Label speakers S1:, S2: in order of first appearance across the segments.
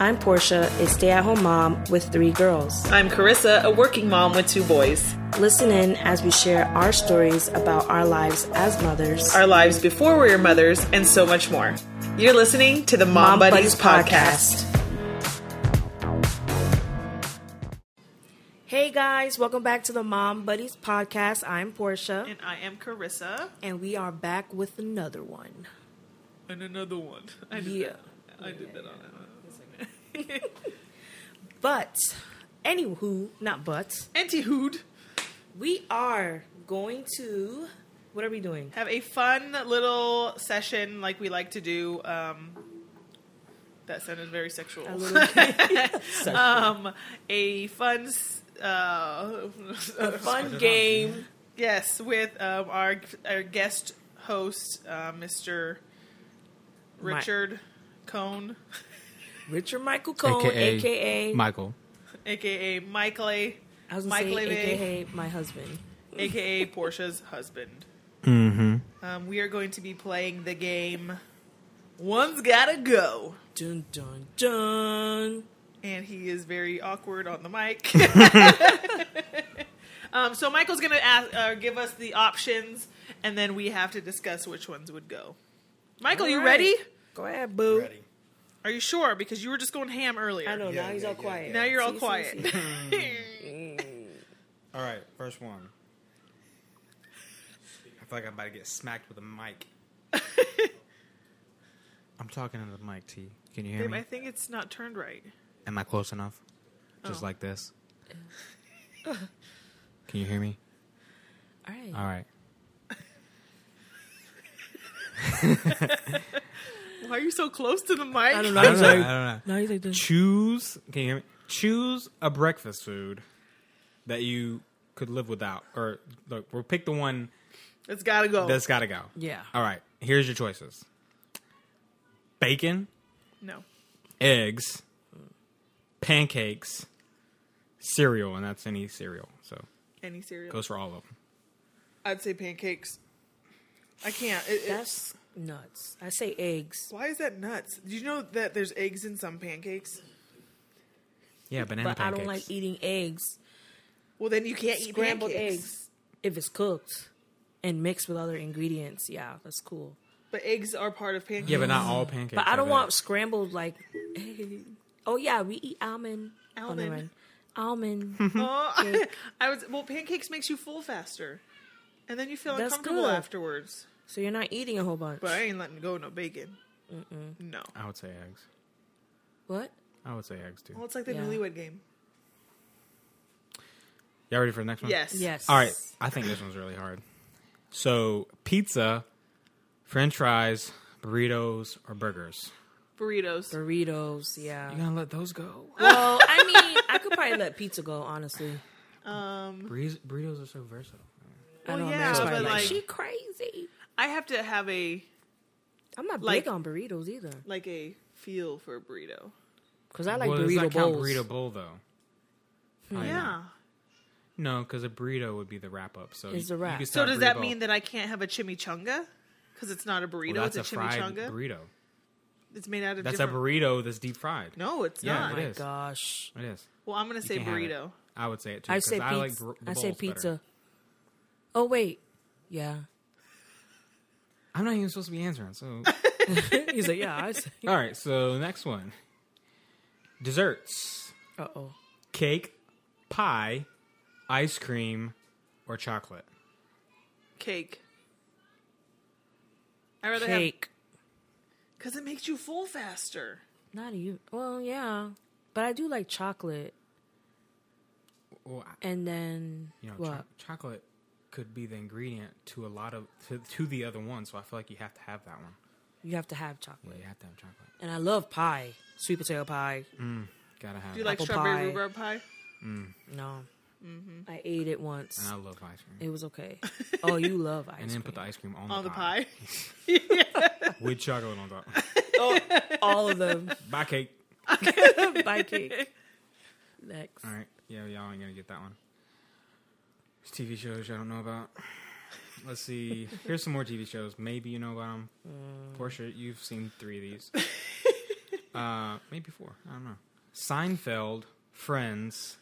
S1: I'm Portia, a stay at home mom with three girls.
S2: I'm Carissa, a working mom with two boys.
S1: Listen in as we share our stories about our lives as mothers,
S2: Our lives before we were mothers, and so much more. You're listening to the Mom, Buddies, podcast.
S1: Hey guys, welcome back to the Mom Buddies podcast. I'm Portia,
S2: And I am Carissa.
S1: and we are back with another one.
S2: And another one. I did
S1: Yeah.
S2: that. I did that on
S1: But, anywho, not but,
S2: Auntie Hood.
S1: we are going to. What are we doing?
S2: Have a fun little session like we like to do. Um, that sounded very sexual.
S1: A little-
S2: um, a fun, s- uh,
S1: Fun game.
S2: yes, with um, our our guest host, uh, Mr.
S1: Mi-
S2: Richard Cohn,
S1: Richard Michael Cohen, aka,
S3: Michael.
S2: aka Michael, A,
S1: I was gonna
S2: Michael
S1: say,
S2: Ave.
S1: aka my husband.
S2: aka Portia's husband. Mm-hmm. Um, we are going to be playing the game. One's gotta go.
S1: Dun dun dun.
S2: and he is very awkward on the mic. um, so Michael's going to ask, uh, give us the options, and then we have to discuss which ones would go. Michael, you
S1: All right.
S2: ready?
S1: Go ahead, boo.
S4: Ready.
S2: Are you sure? Because you were just going ham earlier.
S1: I know.
S4: Yeah,
S1: now he's
S4: yeah,
S1: all
S4: yeah.
S1: quiet.
S2: Now you're all
S1: See, see,
S2: quiet.
S1: see.
S4: All right, first one. I feel like I'm about to get smacked with a mic. I'm talking into the mic, T.
S3: Can you hear
S2: Babe,
S3: me?
S2: I think it's not turned right.
S3: Am I close enough? Just
S2: Oh.
S3: like this. Can you hear me?
S1: all right.
S3: All right.
S2: Why are you so close to the mic?
S1: I don't know.
S3: I don't
S1: He's
S3: know. I don't
S1: like,
S3: know.
S1: now he's like, dun.
S3: Choose. Can you hear me? Choose a breakfast food that you could live without, or look, we'll pick the one
S2: It's got to go.
S3: that's got to go.
S1: Yeah.
S3: All right. Here's your choices: bacon,
S2: no.
S3: eggs, pancakes, cereal, and that's any cereal. So
S2: Any cereal.
S3: goes for all of them.
S2: I'd say pancakes. I can't. It, it-
S1: That's nuts. I say eggs.
S2: why is that nuts? Do you know that there's eggs in some pancakes?
S3: Yeah, banana
S1: But I
S3: pancakes.
S1: don't like eating eggs
S2: Well, then you can't eat
S1: Scrambled
S2: pancakes.
S1: eggs. if it's cooked and mixed with other ingredients. Yeah, that's cool.
S2: But eggs are part of pancakes.
S3: Yeah, but not all pancakes.
S1: But I
S3: are
S1: don't
S3: that.
S1: want scrambled like. oh yeah, we eat almond. Oh, never
S2: Almond.
S1: mind. Almond.
S2: Oh, I, I was well. Pancakes makes you full faster, and then you feel
S1: That's
S2: uncomfortable
S1: good.
S2: afterwards.
S1: so you're not eating a whole bunch.
S2: But I ain't letting go of no bacon. No.
S3: I would say eggs.
S1: What?
S3: I would say eggs too.
S2: Well, it's like the
S1: Yeah.
S2: Newlywed Game.
S3: Y'all ready for the next one?
S2: Yes.
S1: Yes.
S3: All right. I think this one's really hard. So pizza, French fries, burritos, or burgers.
S2: Burritos.
S1: Burritos. Yeah.
S3: You gonna let those go?
S1: Well, I mean, I could probably let pizza go, honestly.
S2: um,
S3: Burritos, burritos are so versatile.
S1: I
S2: Well,
S1: know
S2: yeah,
S1: Mary's probably
S2: but,
S1: like,
S2: like-
S1: she crazy.
S2: I have to have a
S1: I'm not
S2: like-
S1: big on burritos either,
S2: like a feel for a burrito.
S1: because I like
S3: well, does
S1: burrito
S3: that count
S1: bowls. Hmm.
S3: burrito bowl though? Probably
S2: yeah.
S3: not. No, because a burrito would be the wrap up. So
S1: It's
S3: you-
S1: a wrap.
S3: you could
S2: So
S3: start
S2: does
S3: burrito
S2: that
S3: bowl.
S2: mean that I can't have a chimichanga? Because it's not a burrito.
S3: well, that's
S2: it's a,
S3: a fried
S2: chimichanga.
S3: burrito?
S2: it's made out of
S3: That's
S2: different.
S3: a burrito that's deep fried.
S2: no, it's
S3: Yeah,
S2: not.
S3: it
S1: My
S3: is.
S1: gosh,
S3: It is.
S2: Well, I'm gonna
S3: You
S2: say
S3: can have it.
S2: burrito.
S3: I would say it too.
S1: I
S3: 'cause
S1: say pizza. I,
S3: like bur-
S1: say
S3: bowls better.
S1: pizza. Oh wait, yeah.
S3: I'm not even supposed to be answering. So
S1: He's like, yeah. I say.
S3: All right, so next one. Desserts.
S1: Uh oh.
S3: Cake, pie, ice cream, or chocolate.
S2: Cake. I rather have
S1: Cake.
S2: because it makes you full faster.
S1: Not you. Well, yeah, but I do like chocolate,
S3: Well, I-
S1: and then
S3: you know, cho-
S1: what?
S3: chocolate could be the ingredient to a lot of to, to the other one, so I feel like you have to have that one.
S1: you have to have chocolate,
S3: Yeah, you have to have chocolate.
S1: and I love pie, sweet potato pie.
S3: Gotta have.
S2: Do you
S3: it.
S2: like
S1: Apple
S2: strawberry
S1: pie.
S2: rhubarb pie?
S1: No,
S2: Mm-hmm.
S1: I ate it once.
S3: Mm. and I love ice cream.
S1: It was okay. Oh, you love ice
S3: and then
S1: cream.
S3: put the ice cream on,
S2: On the pie?
S3: with chocolate on top.
S1: All of them.
S3: Bye, cake.
S1: Bye, cake. Next.
S3: All right, yeah, y'all ain't gonna get that one. It's TV shows y'all don't know about. Let's see.
S1: Mm.
S3: Here's some more TV shows. Maybe you know about them. Portia, you've seen three of these. uh, maybe four. I don't know. Seinfeld, Friends,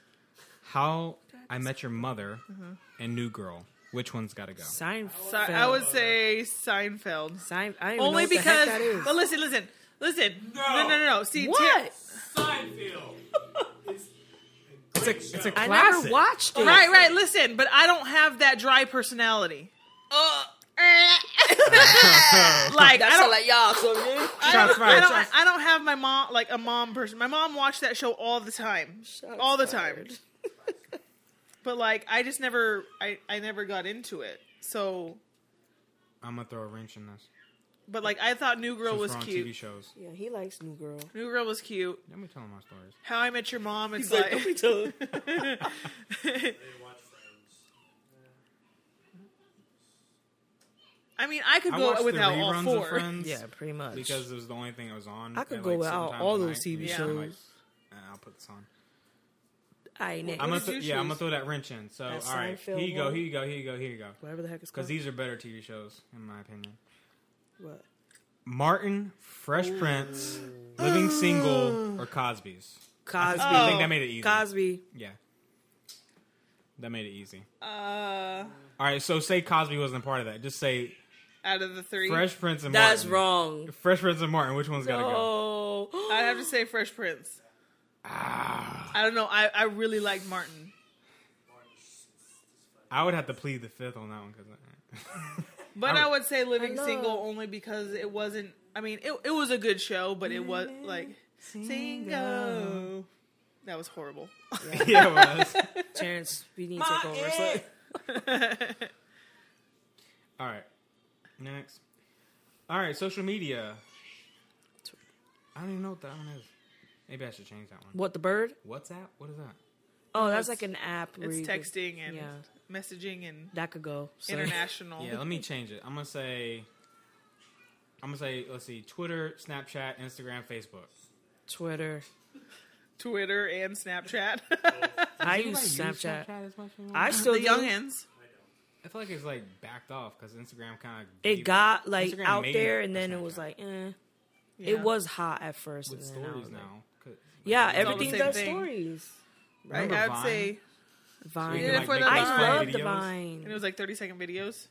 S3: How I Met Your Mother, and New Girl. Which one's got to go?
S1: Mm-hmm. Seinfeld.
S2: So I would say Seinfeld.
S1: Sein- I don't even
S2: Only
S1: know what the heck
S2: because.
S1: that is.
S2: But listen, listen, listen. No, no, no, no. See,
S1: What?
S5: Seinfeld.
S3: It's a, it's a
S1: I
S3: classic.
S1: never watched
S2: Ter-
S1: it.
S2: right, right. Listen, but I don't have that dry personality. like I don't,
S1: like y'all. Uh. So yeah.
S2: I don't,
S3: Shots fired,
S2: I don't,
S3: shots-
S2: I don't have my mom like a mom person. My mom watched that show all the time,
S1: Shots
S2: all the
S1: fired.
S2: time. but like, I just never, I, I never got into it. So,
S3: I'm gonna throw a wrench in this.
S2: but like, I thought New Girl
S3: Since
S2: was
S3: we're on TV
S2: cute.
S3: shows.
S1: yeah, he likes New Girl.
S2: New Girl was cute.
S3: Let me tell them my stories.
S2: How I Met Your Mom. It's
S1: He's like, don't be
S2: like
S1: telling.
S5: They watch Friends.
S2: I mean, I could
S3: I
S2: go
S3: watched the
S2: without all
S3: reruns of
S2: four.
S3: Friends.
S1: yeah, pretty much.
S3: because it was the only thing that was on.
S1: I could
S3: at,
S1: go
S3: like,
S1: without
S3: certain times
S1: all
S3: of
S1: those
S3: night.
S1: TV
S3: Yeah.
S1: shows.
S3: I'm like, "Eh, I'll put this on.
S1: I next.
S3: I'm gonna,
S2: did
S3: th-
S2: you
S3: yeah, I'm
S2: choose?
S3: gonna throw that wrench in. So,
S1: That
S3: all right, here
S1: Seinfeld
S3: you go,
S1: one?
S3: here you go, here you go, here you go.
S1: Whatever the heck it's
S3: Because
S1: called.
S3: these are better TV shows, in my opinion.
S1: what?
S3: Martin, Fresh Prince, Living Single, or Cosby's.
S1: Cosby.
S2: Oh,
S1: Oh,
S3: I think that made it easy.
S1: Cosby.
S3: yeah, that made it easy.
S2: Uh,
S3: All right, so say Cosby wasn't a part of that. Just say
S2: out of the three,
S3: Fresh Prince and Martin.
S1: That's wrong.
S3: Fresh Prince and Martin. Which one's gotta go?
S1: Oh.
S2: I have to say Fresh Prince.
S3: Ah,
S2: I don't know. I, I really liked Martin.
S3: I would have to plead the fifth on that one because.
S2: But
S3: I-
S2: I would say Living
S1: I love-
S2: Single only because it wasn't. I mean, it it was a good show, but it was like single. That was horrible.
S3: yeah, it was.
S1: Terrence, we need to take over. So,
S3: All right. Next. All right, social media. I don't even know what that one is. Maybe I should change that one.
S1: what the bird?
S3: WhatsApp? What is that?
S1: Oh, that's
S2: it's-
S1: like an app. where
S2: It's
S1: you just-
S2: texting and
S1: Yeah.
S2: messaging and
S1: That could go. Sorry.
S2: international.
S3: Yeah, let me change it. I'm going to say I'm going to say let's see Twitter, Snapchat, Instagram, Facebook.
S1: Twitter.
S2: Twitter and Snapchat.
S1: I use
S3: Anybody use
S1: Snapchat.
S3: as much anymore?
S1: I still
S2: the
S1: do.
S2: youngins.
S3: I feel like it's like backed off cuz Instagram kind of
S1: It got like
S3: Instagram
S1: out
S3: made
S1: there,
S3: it
S1: and
S3: a
S1: then it was
S3: Snapchat.
S1: like, eh.
S2: Yeah.
S1: It was hot at first.
S3: with
S1: and then I
S3: stories
S1: was like-
S3: now. 'Cause-
S1: Yeah,
S3: It's all the
S1: everything's
S2: same
S1: got
S2: thing.
S1: stories.
S2: Right.
S3: Remember
S2: I would
S3: Vine?
S2: say,
S1: Vine.
S3: Yeah,
S2: like, make
S1: I
S2: Vine
S1: love the
S3: videos.
S1: Vine.
S2: and it was like thirty second videos.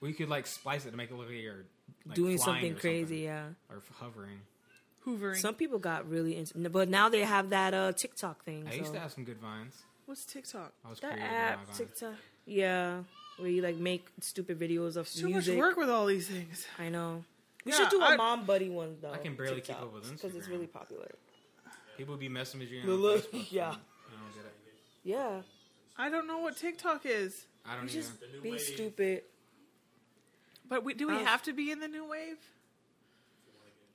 S3: We could like splice it to make it look like you're like,
S1: Doing
S3: flying
S1: something
S3: or
S1: crazy, yeah.
S3: or hovering.
S2: Hoovering.
S1: Some people got really into, but now they have that uh, TikTok thing.
S3: I used
S1: so-
S3: to have some good vines.
S2: What's TikTok?
S3: I was
S1: that
S3: creative with my
S1: app,
S3: vines.
S1: TikTok. Yeah, where you like make stupid videos of
S2: Too
S1: music.
S2: much work with all these things.
S1: I know. We
S3: Yeah,
S1: should do a
S3: I-
S1: mom buddy one though.
S3: I can barely keep up with
S1: because it's
S3: Instagram.
S1: really popular.
S3: People be messing with you. on
S1: Look,
S3: Facebook.
S1: yeah,
S3: I don't get it.
S1: yeah.
S2: I don't know what TikTok is.
S3: I don't
S1: You
S3: even.
S1: just be stupid
S2: But we, do we
S1: Uh,
S2: have to be in the new wave?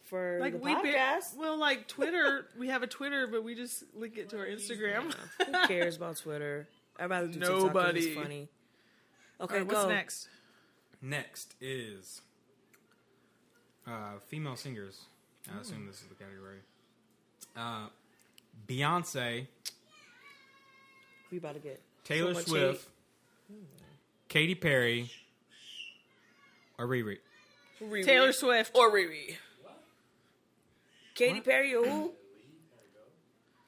S1: for
S2: Like
S1: the
S2: we ba-
S1: podcast.
S2: well, like Twitter, we have a Twitter, but we just link it to our Instagram.
S1: Who cares about Twitter? I'd rather do TikTok 'cause
S2: Nobody.
S1: It's funny.
S2: All
S1: Okay,
S2: right,
S1: go.
S2: what's next?
S3: Next is uh, female singers.
S1: Mm.
S3: I assume this is the category. Uh, Beyonce,
S1: We about to get
S3: Taylor
S1: so much
S3: Swift, Katy Perry, or Riri.
S1: hate. Riri.
S2: Taylor Swift.
S1: or Riri. Katy Perry or who?
S3: What'd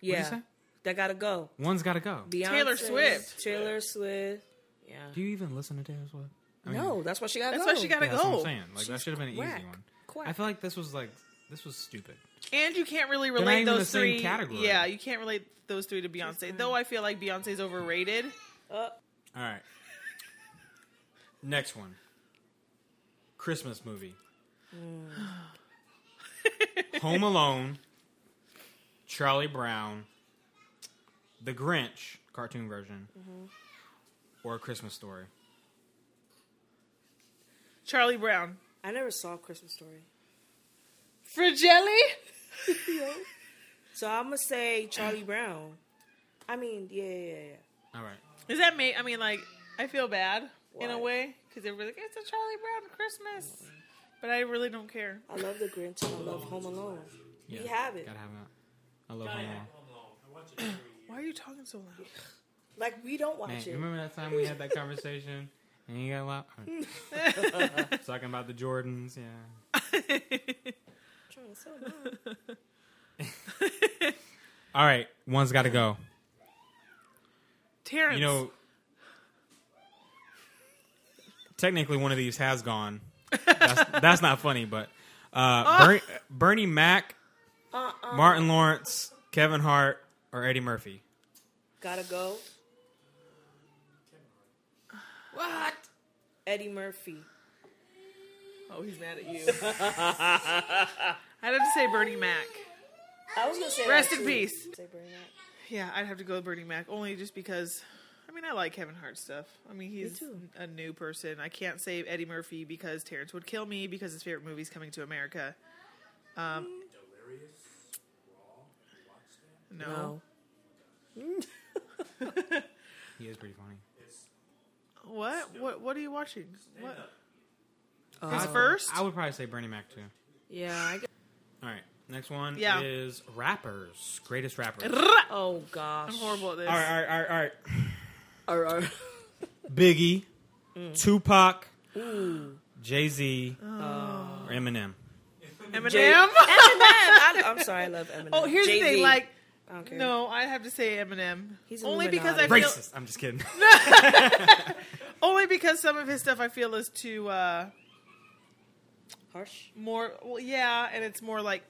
S3: you
S1: Yeah,
S3: say?
S1: that gotta go.
S3: One's got to go.
S1: Beyonce,
S2: Taylor Swift.
S1: Taylor Swift. Yeah.
S3: Do you even listen to Taylor Swift? I mean,
S1: no, that's why she gotta
S2: That's
S1: go.
S2: why she gotta
S3: Oh. yeah, that's what I'm
S2: go.
S3: saying. Like that
S1: oh, She's
S3: should have been an
S1: quack.
S3: easy one.
S1: Quack.
S3: I feel like this was like this was stupid.
S2: And you can't really
S3: not
S2: relate
S3: even
S2: those
S3: the same
S2: three.
S3: category.
S2: Yeah, you can't relate those three to Beyonce. Though I feel like Beyonce's overrated.
S3: All right. Next one. Christmas movie.
S1: Mm.
S3: Home Alone. Charlie Brown. The Grinch cartoon version.
S1: Mm-hmm.
S3: Or a Christmas Story.
S2: Charlie Brown.
S1: I never saw Christmas Story.
S2: Frigelli?
S1: So I'm gonna say Charlie Brown. I mean, yeah, yeah, yeah.
S3: All right.
S2: Is that me? I mean, like, I feel bad in a
S1: Why?
S2: way because everybody's like, it's a Charlie Brown Christmas. But I really don't care.
S1: I love The Grinch and I love Home Alone.
S3: Yeah,
S1: We have it.
S3: Gotta have that. I love
S5: I
S3: Home
S5: am
S3: Alone.
S5: Home Alone. I watch it every year.
S2: Why are you talking so loud?
S1: Like we don't watch
S3: Man,
S1: it.
S3: you remember that time we had that conversation and you got a lot talking about the Jordans, yeah.
S1: I'm trying to sell mine.
S3: All right, one's got to go.
S2: Terrence.
S3: You know, technically one of these has gone. That's, that's not funny, but uh, Bernie, Bernie Mac,
S1: Uh-uh.
S3: Martin Lawrence, Kevin Hart, or Eddie Murphy.
S1: Gotta go.
S2: what?
S1: Eddie Murphy.
S2: Oh, he's mad at you. I'd have to say Bernie Mac.
S1: I was gonna say.
S2: Rest
S1: that
S2: in
S1: too.
S2: peace.
S1: Say Bernie Mac.
S2: Yeah, I'd have to go with Bernie Mac only just because. I mean, I like Kevin Hart stuff. I mean, he's
S1: too.
S2: a new person. I can't say Eddie Murphy because Terrence would kill me because his favorite movie's Coming to America. Um,
S5: Delirious, raw. You watch that?
S2: No,
S1: No.
S3: He is pretty funny.
S5: It's
S2: what? What? What are you watching? What?
S5: stand-up.
S2: His
S1: Oh.
S2: first?
S3: I would probably say Bernie Mac too.
S1: Yeah. I guess.
S3: All right, next one
S2: Yeah.
S3: is rappers, greatest rappers. all
S1: Oh gosh.
S2: I'm horrible at this.
S3: right, all right, all right, all right.
S1: Or- or-
S3: Biggie, Tupac, Jay Z, or Eminem.
S2: Eminem.
S1: Jay- Eminem. I, I'm sorry. I love Eminem.
S2: Oh, here's the
S1: Jay-Z.
S2: thing. Like,
S1: I don't care.
S2: no, I have to say Eminem.
S1: He's
S2: only because
S1: Illuminati.
S2: I feel
S3: Racist. I'm just kidding.
S2: only because some of his stuff I feel is too uh,
S1: Harsh.
S2: more. Well, yeah, and it's more like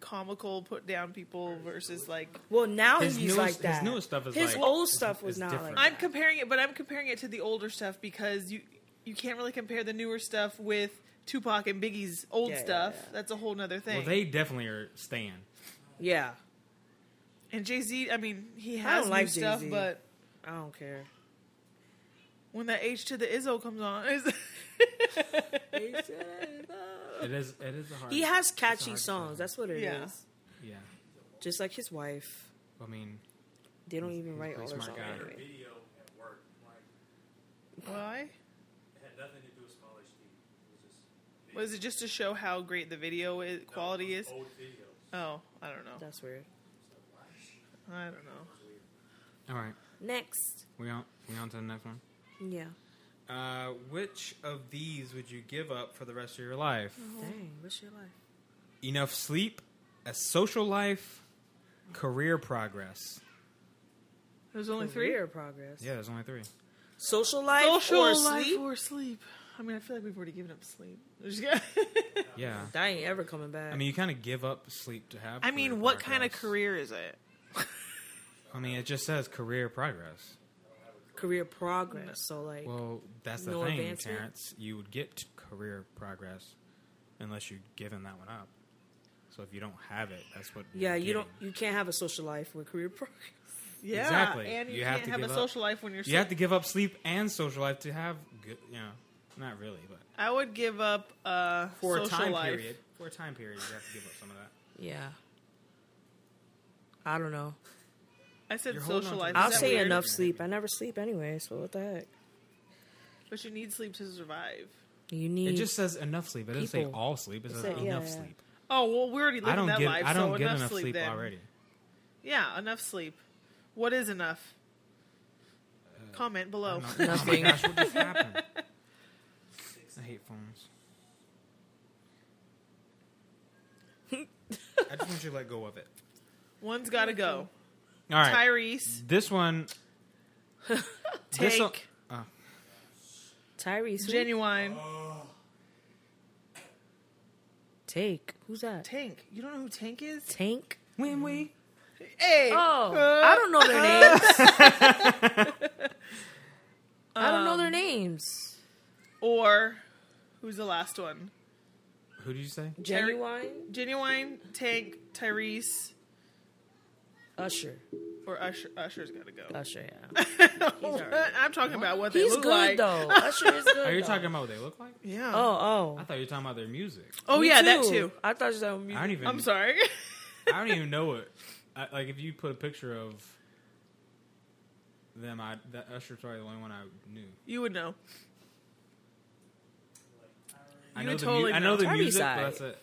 S2: comical put down people versus like
S1: Well, now
S3: His
S1: he's
S3: newest-
S1: like that.
S3: his newest stuff is
S1: His
S3: like-
S1: old stuff was
S3: is
S1: not
S3: different.
S1: like.
S2: I'm comparing it, but I'm comparing it to the older stuff because you you can't really compare the newer stuff with Tupac and Biggie's old
S1: Yeah, yeah,
S2: stuff.
S1: yeah.
S2: That's a whole nother thing.
S3: well, they definitely are staying.
S1: Yeah.
S2: and Jay Z, I mean, he has
S1: don't
S2: new
S1: like
S2: stuff,
S1: Jay-Z.
S2: but
S1: I don't care.
S2: when that H to the Izzo comes on, it's
S3: It is. It is a hard.
S1: He has catchy
S3: hard
S1: songs. That's what it is.
S2: Yeah.
S3: Yeah.
S1: Just like his wife.
S3: I mean,
S1: They don't even write all
S3: pretty
S1: their songs
S3: smart guy.
S5: their
S1: anyway.
S5: video at work. Like,
S2: why?
S5: it had nothing to do with college TV. It was just
S2: Was it just to show how great the video i quality is?
S5: old videos.
S2: Oh, I don't know.
S1: That's weird.
S2: I don't know.
S3: all right.
S1: Next.
S3: We on. We on to the next one.
S1: Yeah.
S3: Uh, which of these would you give up for the rest of your life?
S1: Dang. What's your life?
S3: Enough sleep, a social life, career progress.
S2: There's only three.
S1: Oh, Career progress.
S3: Yeah, there's only three.
S1: Social life
S2: Social
S1: or
S2: life
S1: sleep.
S2: or sleep. I mean, I feel like we've already given up sleep. Just kidding.
S3: Yeah.
S1: That ain't ever coming back.
S3: I mean, you kind of give up sleep to have.
S2: I mean,
S3: career
S2: what kind of
S3: progress.
S2: career is it?
S3: I mean, it just says career progress.
S1: career progress. So like,
S3: Well, that's the
S1: No
S3: thing,
S1: advancement?
S3: Terrence. You would get t- career progress unless you're giving that one up. So if you don't have it, that's what.
S1: yeah,
S3: you're
S1: you don't.
S3: getting.
S1: You can't have a social life with career progress.
S2: Yeah,
S3: Exactly.
S2: and you,
S3: You have
S2: can't
S3: to
S2: have,
S3: give
S2: a
S3: up-
S2: social life when you're.
S3: You have
S2: sick.
S3: to give up sleep and social life to have good. You know, not really, but
S2: I would give up uh,
S3: for
S2: social
S3: a time
S2: life.
S3: period. For a time period, you have to give up some of that.
S1: Yeah. I don't know.
S2: I said
S3: You're holding
S2: social
S3: on
S2: life.
S3: to
S2: Is
S1: I'll
S2: that
S1: say
S2: weird?
S1: enough sleep. I never sleep anyway. So what the heck?
S2: but you need sleep to survive.
S1: You
S3: It
S1: need.
S3: just says enough sleep. It doesn't say
S1: people.
S3: all sleep. It
S1: It
S3: says
S1: said- yeah,
S3: enough
S1: yeah.
S3: sleep.
S2: Oh well, we're already living
S3: I don't
S2: that
S3: get.
S2: life.
S3: I don't
S2: so
S3: get
S2: enough,
S3: enough sleep,
S2: then.
S3: already.
S2: Yeah, enough sleep. What is enough? Comment below.
S3: I'm not- oh my
S1: Nothing.
S3: gosh, what just happened? I hate phones.
S4: I just want you to let go of it.
S2: One's got to go.
S3: All right,
S2: Tyrese,
S3: this one.
S2: take
S3: this'll-
S1: Tyrese. who?
S2: genuine.
S1: Take. Who's that?
S2: Tank. You don't know who Tank is?
S1: Tank.
S3: When we
S2: Hey.
S1: Oh,
S2: Uh,
S1: I don't know their names. I don't
S2: Um,
S1: know their names.
S2: or who's the last one?
S3: who did you say?
S2: Terry-
S1: Genuine,
S2: Genuine, Tank, Tyrese,
S1: Usher,
S2: or Usher. Usher's got to go.
S1: Usher. Yeah,
S2: I'm talking about what they
S1: he's
S2: look
S1: good
S2: like.
S1: though. Usher is good.
S3: Are you
S1: though.
S3: Oh, talking about what they look like?
S2: Yeah.
S1: Oh, oh,
S3: I thought you were talking about their music.
S2: oh
S1: Me
S2: yeah, that too.
S1: I thought you said oh,
S3: I don't even.
S2: I'm sorry.
S3: I don't even know it. I, like if you put a picture of them, I that Usher's probably the only one I knew.
S2: you would know.
S3: I
S2: You
S3: know
S2: would
S3: the
S2: totally
S3: mu- I
S2: know.
S3: know the
S1: Tyrese
S3: music,
S1: side.
S3: but that's it.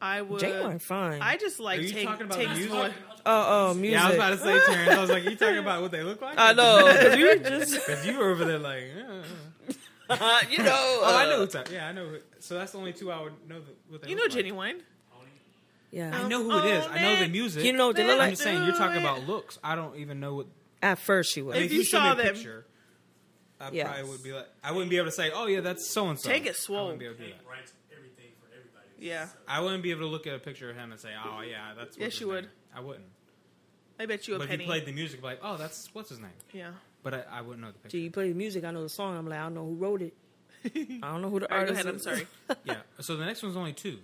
S2: I would.
S1: genuine. Fine.
S2: uh, I just like
S3: Are you
S2: take,
S3: talking about
S2: takes
S3: the music?
S2: more.
S1: oh, oh, music.
S3: Yeah, I was about to say, Terrence. I was like, you talking about what they look like?
S1: I know because you were just,
S3: Because you were over there like, yeah.
S1: you know.
S2: Oh,
S1: Uh,
S3: oh, I know who Ty- Yeah, I know. Who, so that's the only two I would know that, what they
S2: You know
S3: look like.
S2: genuine.
S1: uh, Yeah.
S3: I know who it is. I know the music.
S1: You know, they look
S3: I'm
S1: like-
S3: just saying you're talking about looks. I don't even know what.
S1: At first, she was.
S2: If
S3: If
S2: you
S3: you showed
S2: saw
S3: me a
S2: them.
S3: picture, I
S1: Yes.
S3: probably would be like, I wouldn't be able to say, oh yeah, that's so and so.
S2: Tank is
S3: I
S2: swole.
S3: wouldn't be able to do
S5: Hank
S3: that.
S5: writes everything for everybody.
S2: Yeah.
S5: So
S3: I wouldn't be able to look at a picture of him and say, oh yeah, that's. what's
S2: Yes,
S3: his
S2: you would.
S3: name. I wouldn't.
S2: I bet you a
S3: But if
S2: penny.
S3: you played the music, I'd be like, oh, that's what's his name.
S2: yeah.
S3: But I, I wouldn't know the
S1: Do
S3: picture.
S1: you play the music? I know the song. I'm like, I don't know who wrote it. I don't know who the
S2: All right, go
S1: artist
S2: ahead.
S1: is.
S2: I'm sorry.
S3: yeah. So the next one's only two.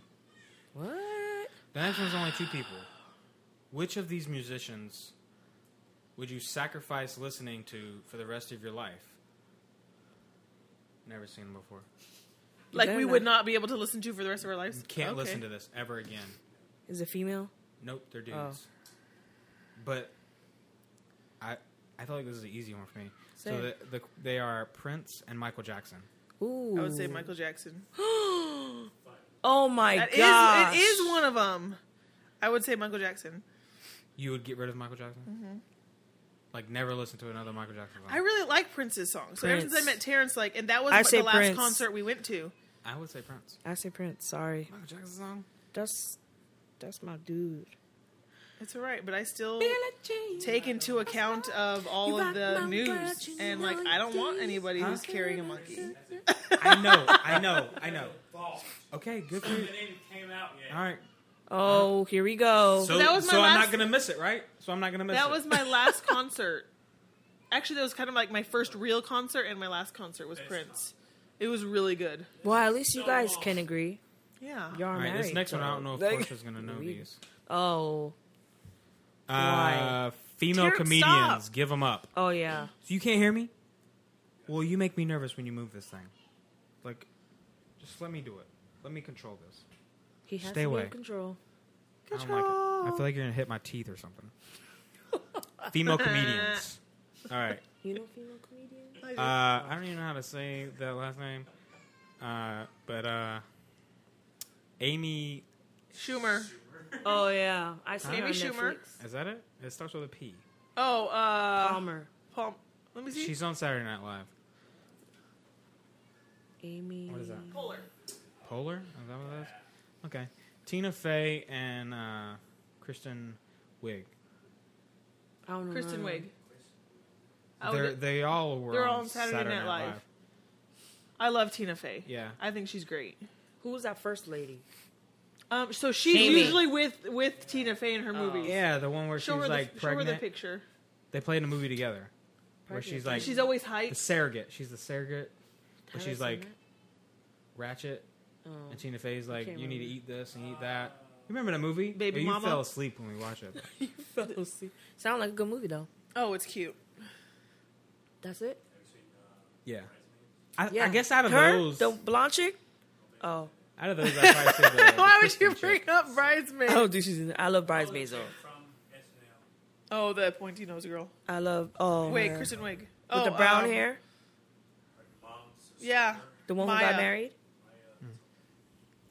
S1: what?
S3: The next one's only two people. Which of these musicians would you sacrifice listening to for the rest of your life? Never seen them before.
S2: like
S1: They're
S2: we would
S1: not-
S2: not be able to listen to for the rest of our lives.
S3: Can't
S2: Okay.
S3: listen to this ever again.
S1: Is it female?
S3: Nope, they're dudes.
S1: Oh.
S3: But I I feel like this is an easy one for me.
S1: Say
S3: So
S1: it.
S3: the, the, they are Prince and Michael Jackson.
S1: Ooh.
S2: I would say Michael Jackson.
S1: Oh my
S2: That is
S1: god.
S2: it is one of them. I would say Michael Jackson.
S3: You would get rid of Michael Jackson? Like never listen to another Michael Jackson song.
S2: Mm-hmm. I really like Prince's songs. So ever since I
S1: Prince.
S2: met Terrence, like, and that was
S1: I
S2: like,
S1: say
S2: the last
S1: Prince.
S2: concert we went to.
S3: I would say Prince.
S1: I say Prince. Sorry.
S3: Michael Jackson song?
S1: That's that's my dude.
S2: It's all right, but I still take into account of all
S1: You
S2: of
S1: rock
S2: the
S1: my
S2: news,
S1: world, you
S2: and
S1: know
S2: like,
S1: it
S2: I don't want
S1: is.
S2: anybody who's carrying a monkey.
S3: I know, I know, I know.
S5: Ball.
S3: Okay, good for
S5: It
S3: you.
S5: ain't came out yet.
S3: All right.
S1: Oh, here we go.
S3: So,
S2: that was my
S3: so I'm
S2: last-
S3: not gonna miss it, right? So I'm not gonna miss
S2: That
S3: it.
S2: was my last concert. Actually, that was kind of like my first real concert, and my last concert was Prince. It was really good.
S1: well, at least you guys can agree.
S2: Yeah.
S1: Y'all are
S3: All right,
S1: married.
S3: this next one, I don't know if
S1: Like-
S3: Portia's gonna know
S1: We-
S3: these.
S1: Oh, Why?
S3: Uh, female
S2: Tarek,
S3: comedians,
S2: stop.
S3: give them up.
S1: oh yeah.
S3: So you can't hear me? Well, you make me nervous when you move this thing. Like, just let me do it. Let me control this.
S1: He has
S3: Stay
S1: to be
S3: away.
S1: in control. oh
S3: I don't like it. I feel like you're gonna hit my teeth or something. female comedians. All right.
S1: You know female comedian?
S3: Uh, I don't even know how to say that last name. Uh, but uh, Amy,
S2: Schumer.
S1: Oh yeah. I see
S2: Amy
S1: her on
S2: Schumer.
S1: Netflix.
S3: is that it? It starts with a P.
S2: Oh, uh,
S1: Palmer.
S2: Palm. Let me see.
S3: She's on Saturday Night Live.
S1: Amy.
S3: What is that?
S2: Polar.
S3: Polar? Is that what that is? Okay. Tina Fey and uh, Kristen Wiig.
S1: I don't know.
S2: Kristen Wiig. I,
S3: They
S2: would,
S3: they all were.
S2: Oh, They're
S3: on
S2: all on Saturday Night Live. I love Tina Fey.
S3: Yeah.
S2: I think she's great.
S1: Who was that first lady?
S2: Um, so she's
S1: Amy.
S2: usually with with Tina Fey in her movies.
S3: Yeah, the one where
S2: Show her
S3: she's
S2: the
S3: like
S2: show her
S3: pregnant.
S2: the picture.
S3: they played a movie together, where
S1: Pregnant.
S3: she's like
S2: she's always
S3: the
S2: hyped.
S3: surrogate. She's the surrogate, but
S1: Have I
S3: she's
S1: seen
S3: like
S1: that?
S3: Ratchet,
S1: Oh.
S3: and Tina Fey's like, you
S1: can't
S3: need to
S1: remember.
S3: eat this and eat that. You remember that movie?
S2: Baby
S3: you
S2: Mama?
S3: fell asleep when we watched it.
S1: Sound like a good movie though.
S2: Oh, it's cute.
S1: That's it.
S3: yeah. I,
S1: Yeah.
S3: I guess out of
S1: her,
S3: those,
S1: the blonde chick. Oh,
S3: out of those, I probably say the, the
S2: Why would
S3: Kristen
S2: you
S3: chick.
S2: bring up Bridesmaid?
S1: I don't think she's. In it. I love bridesmaids though.
S5: From SNL.
S2: Oh, the pointy nose girl.
S1: I love. Oh,
S2: Wait,
S1: her.
S2: Kristen Wiig.
S1: with
S2: oh,
S1: the brown
S2: um,
S1: hair,
S5: Mom's
S2: Yeah,
S1: the one who
S2: Maya.
S1: got married.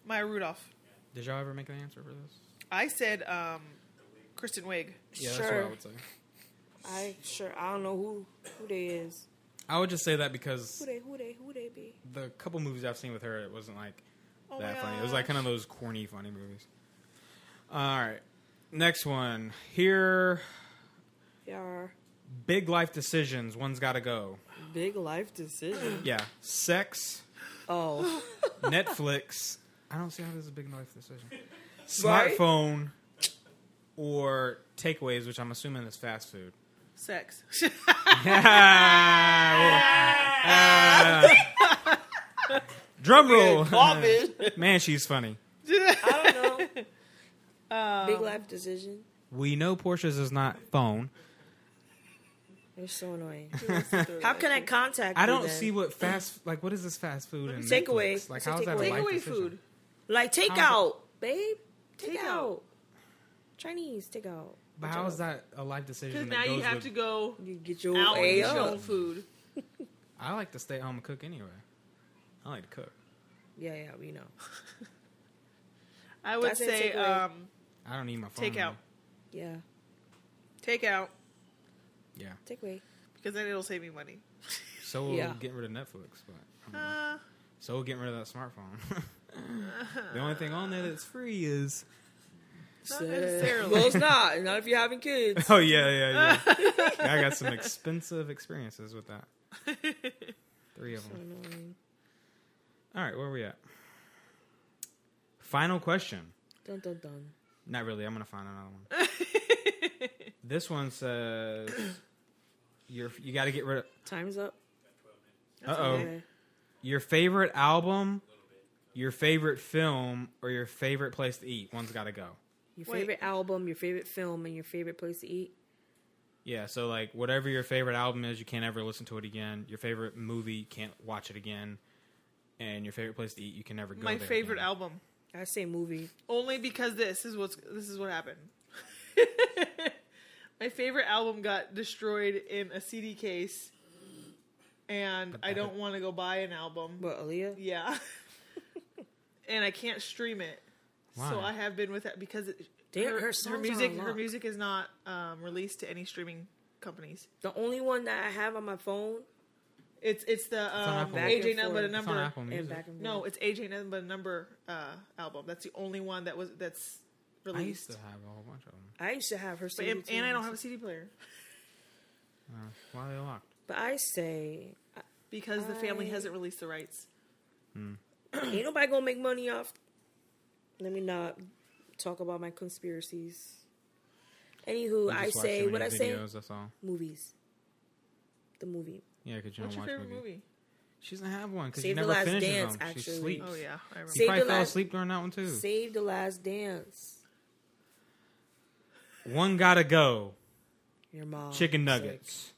S2: Maya Rudolph.
S3: Did y'all ever make an answer for this?
S2: I said um, Kristen Wiig.
S3: Yeah, that's what I
S1: sure,
S3: would say.
S1: I sure. I don't know who who they is.
S3: I would just say that because
S1: Who they? Who they? Who they be?
S3: the couple movies I've seen with her, it wasn't like
S2: Oh
S3: that
S2: my
S3: funny. It was like
S2: gosh.
S3: kind of those corny, funny movies. All right, next one here.
S1: They are
S3: Big life decisions. One's got to go.
S1: big life decision.
S3: Yeah, sex,
S1: Oh,
S3: Netflix. I don't see how this is a big life decision.
S1: Right?
S3: Smartphone or takeaways, which I'm assuming is fast food.
S2: sex.
S3: Drum roll. Man, she's funny.
S1: I don't know. big
S2: Um,
S1: life decision.
S3: We know Porsche's is not phone.
S1: They're so annoying. How can I contact?
S3: I
S1: you
S3: don't
S1: then?
S3: see what fast like what is this fast food and
S1: Takeaway.
S3: Netflix? Like
S1: It's a
S3: how is that a
S1: takeaway.
S2: Take
S3: life
S2: away
S3: decision?
S2: food.
S1: Like takeout, babe. Takeout.
S2: Takeout.
S1: Chinese takeout.
S3: But how is that a life
S2: Because
S3: decision?
S2: now
S3: That goes
S2: you have
S3: with,
S2: to go
S1: You get your
S2: out and
S1: A
S2: eat your own
S1: up.
S2: food.
S3: I like to stay home and cook anyway. I like to cook.
S1: Yeah, yeah, we know.
S2: I would
S1: That's it,
S2: say
S1: takeaway.
S2: um,
S3: I don't need my phone.
S2: take out,
S1: Yeah,
S2: take out,
S3: Yeah.
S1: takeaway.
S2: because then it'll save me money.
S3: So we're
S1: Yeah.
S3: getting rid of Netflix, but um,
S2: Uh,
S3: so we're getting rid of that smartphone. the only thing on there that's free is
S2: Not necessarily.
S6: Well, it's not. Not if you're having kids.
S3: Oh yeah, yeah, yeah. I got some expensive experiences with that. Three of them.
S1: Annoying.
S3: All right, where are we at? Final question.
S1: Dun dun dun.
S3: Not really. I'm gonna find another one. this one says your you got to get rid of.
S1: Time's up.
S3: Uh oh.
S1: Okay.
S3: Your favorite album, your favorite film, or your favorite place to eat. One's got to go.
S1: Your
S2: Wait.
S1: favorite album, your favorite film, and your favorite place to eat.
S3: Yeah, so like whatever your favorite album is, you can't ever listen to it again. Your favorite movie, can't watch it again. And your favorite place to eat, you can never go.
S2: My
S3: there
S2: favorite
S3: again.
S2: album.
S1: I say movie.
S2: Only because this is what's this is what happened. My favorite album got destroyed in a CD case, and I don't want to go buy an album.
S1: What Aaliyah?
S2: yeah, and I can't stream it. So
S3: Why?
S2: I have been with that because it,
S1: They- her songs are
S2: music her
S1: unlocked.
S2: music is not um, released to any streaming companies.
S1: The only one that I have on my phone
S2: It's it's the
S3: on
S2: um,
S3: Apple.
S1: Back
S2: AJ
S1: and
S2: nothing but a
S1: forth.
S3: It's on
S2: number.
S3: Apple
S1: and
S3: Music.
S1: back and
S2: No, it's AJ nothing but a number uh, album. That's the only one that was that's
S3: I used
S2: released.
S3: to have a whole bunch of them.
S1: I used to have her.
S2: But,
S1: CD
S2: and, and I
S1: tunes.
S2: don't have a CD player.
S3: Uh, Why are they locked?
S1: But I say,
S2: because the family
S1: I-
S2: hasn't released the rights.
S1: ain't nobody gonna make money off. Let me not talk about my conspiracies. Anywho,
S3: You
S1: I
S3: just watch too
S1: say
S3: many
S1: what I say.
S3: videos, That's all.
S1: Movies. The movie.
S3: Yeah, because you
S2: What's
S3: don't
S2: your
S3: watch
S2: favorite
S3: movies.
S2: movie?
S3: She doesn't have one because she
S1: Save the
S3: never
S1: Last
S3: finishes
S1: Dance,
S3: them.
S1: actually.
S3: She sleeps.
S2: Oh yeah, I remember.
S3: She
S1: Save
S3: probably
S1: the
S3: fell
S1: Last-
S3: asleep during that one too.
S1: Save the Last Dance.
S3: One gotta go.
S1: Your mom.
S3: Chicken
S1: It's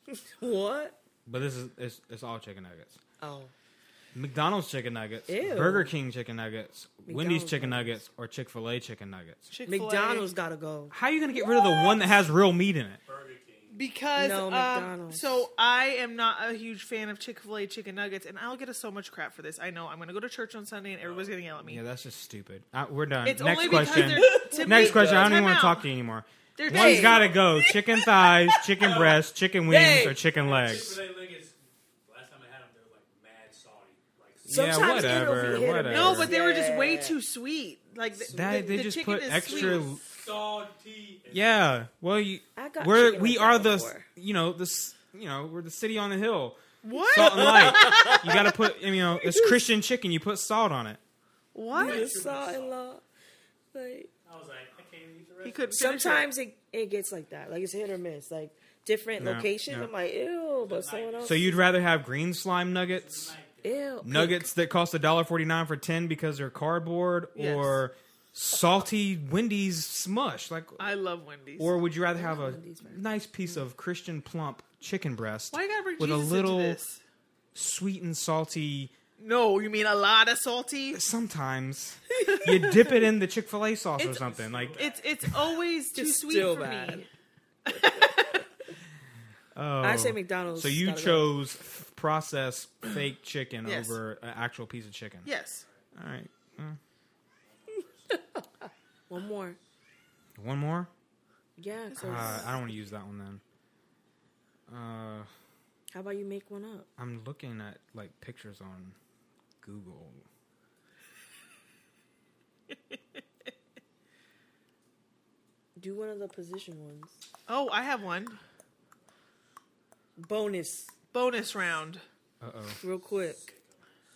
S1: like,
S3: nuggets,
S1: what?
S3: but this is it's, it's all chicken nuggets.
S1: Oh.
S3: McDonald's chicken nuggets,
S1: Ew.
S3: Burger King chicken nuggets, Wendy's
S1: McDonald's
S3: chicken nuggets, or Chick Fil A chicken nuggets.
S2: Chick-fil-A.
S1: McDonald's gotta go.
S3: How are you gonna get rid of the one that has real meat in it?
S5: Burger King.
S2: because
S1: No,
S2: um,
S1: McDonald's.
S2: So I am not a huge fan of Chick Fil A chicken nuggets, and I'll get us so much crap for this. I know I'm going to go to church on Sunday, and everybody's going to yell at me.
S3: Yeah, that's just stupid. Uh, we're done.
S2: It's
S3: Next
S2: only
S3: question.
S2: because they're to
S3: Next
S2: me-
S3: question. I don't
S2: Time
S3: even want
S2: out.
S3: to talk to you anymore.
S2: They're
S3: One's
S2: cheap.
S3: gotta go. Chicken thighs, chicken breasts, chicken wings,
S6: Dang.
S3: or chicken legs.
S5: Chick-fil-A nuggets, last time I had them, they were like mad salty. Like,
S1: Sometimes
S3: yeah,
S1: it'll
S3: whatever.
S1: be hit or
S3: whatever.
S1: miss.
S2: No, but they were just way
S6: Yeah.
S2: too sweet. Like the,
S3: That,
S2: the-
S3: they
S2: the
S3: just
S2: chicken
S3: put
S2: is
S3: extra.
S2: sweet.
S5: salty. and
S3: Yeah. Well, you.
S1: I got
S3: we're
S1: chicken
S3: we
S1: nuggets
S3: are the
S1: before.
S3: you know this you know we're the city on the hill.
S2: What?
S3: Salt and light. you gotta put you know it's Christian chicken. You put salt on it.
S1: You
S2: What?
S1: just saw it, love. Like
S5: I was like, I can't eat the rest.
S2: He couldn't. finish it.
S1: sometimes it, it gets like that. Like it's hit or miss. Like different
S3: No,
S1: locations.
S3: no.
S1: I'm like ew, but someone else.
S3: So you'd rather have green slime nuggets,
S1: ew
S3: nuggets that cost a dollar forty nine for ten because they're cardboard,
S2: Yes.
S3: or salty Wendy's smush. Like,
S2: I love Wendy's.
S3: or would you rather have a
S1: Wendy's, man.
S3: nice piece of Christian plump chicken breast
S2: Why you gotta bring
S3: with
S2: Jesus
S3: a little
S2: into this?
S3: sweet and salty?
S2: No, you mean a lot of salty?
S3: Sometimes you dip it in the Chick fil A sauce or something. Like,
S2: It's it's always too
S1: It's
S2: sweet
S1: still
S2: for
S1: bad.
S2: me.
S3: oh.
S1: I say McDonald's.
S3: So you
S1: gotta go.
S3: chose f- processed fake chicken
S2: Yes.
S3: over an actual piece of chicken.
S2: Yes.
S3: All right. Mm.
S1: one more.
S3: One more.
S1: Yeah. 'cause-
S3: Uh, I don't want to use that one then. Uh,
S1: how about you make one up?
S3: I'm looking at like pictures on Google.
S1: Do one of the position ones.
S2: Oh, I have one.
S1: Bonus,
S2: Bonus round.
S3: Uh oh.
S1: real quick.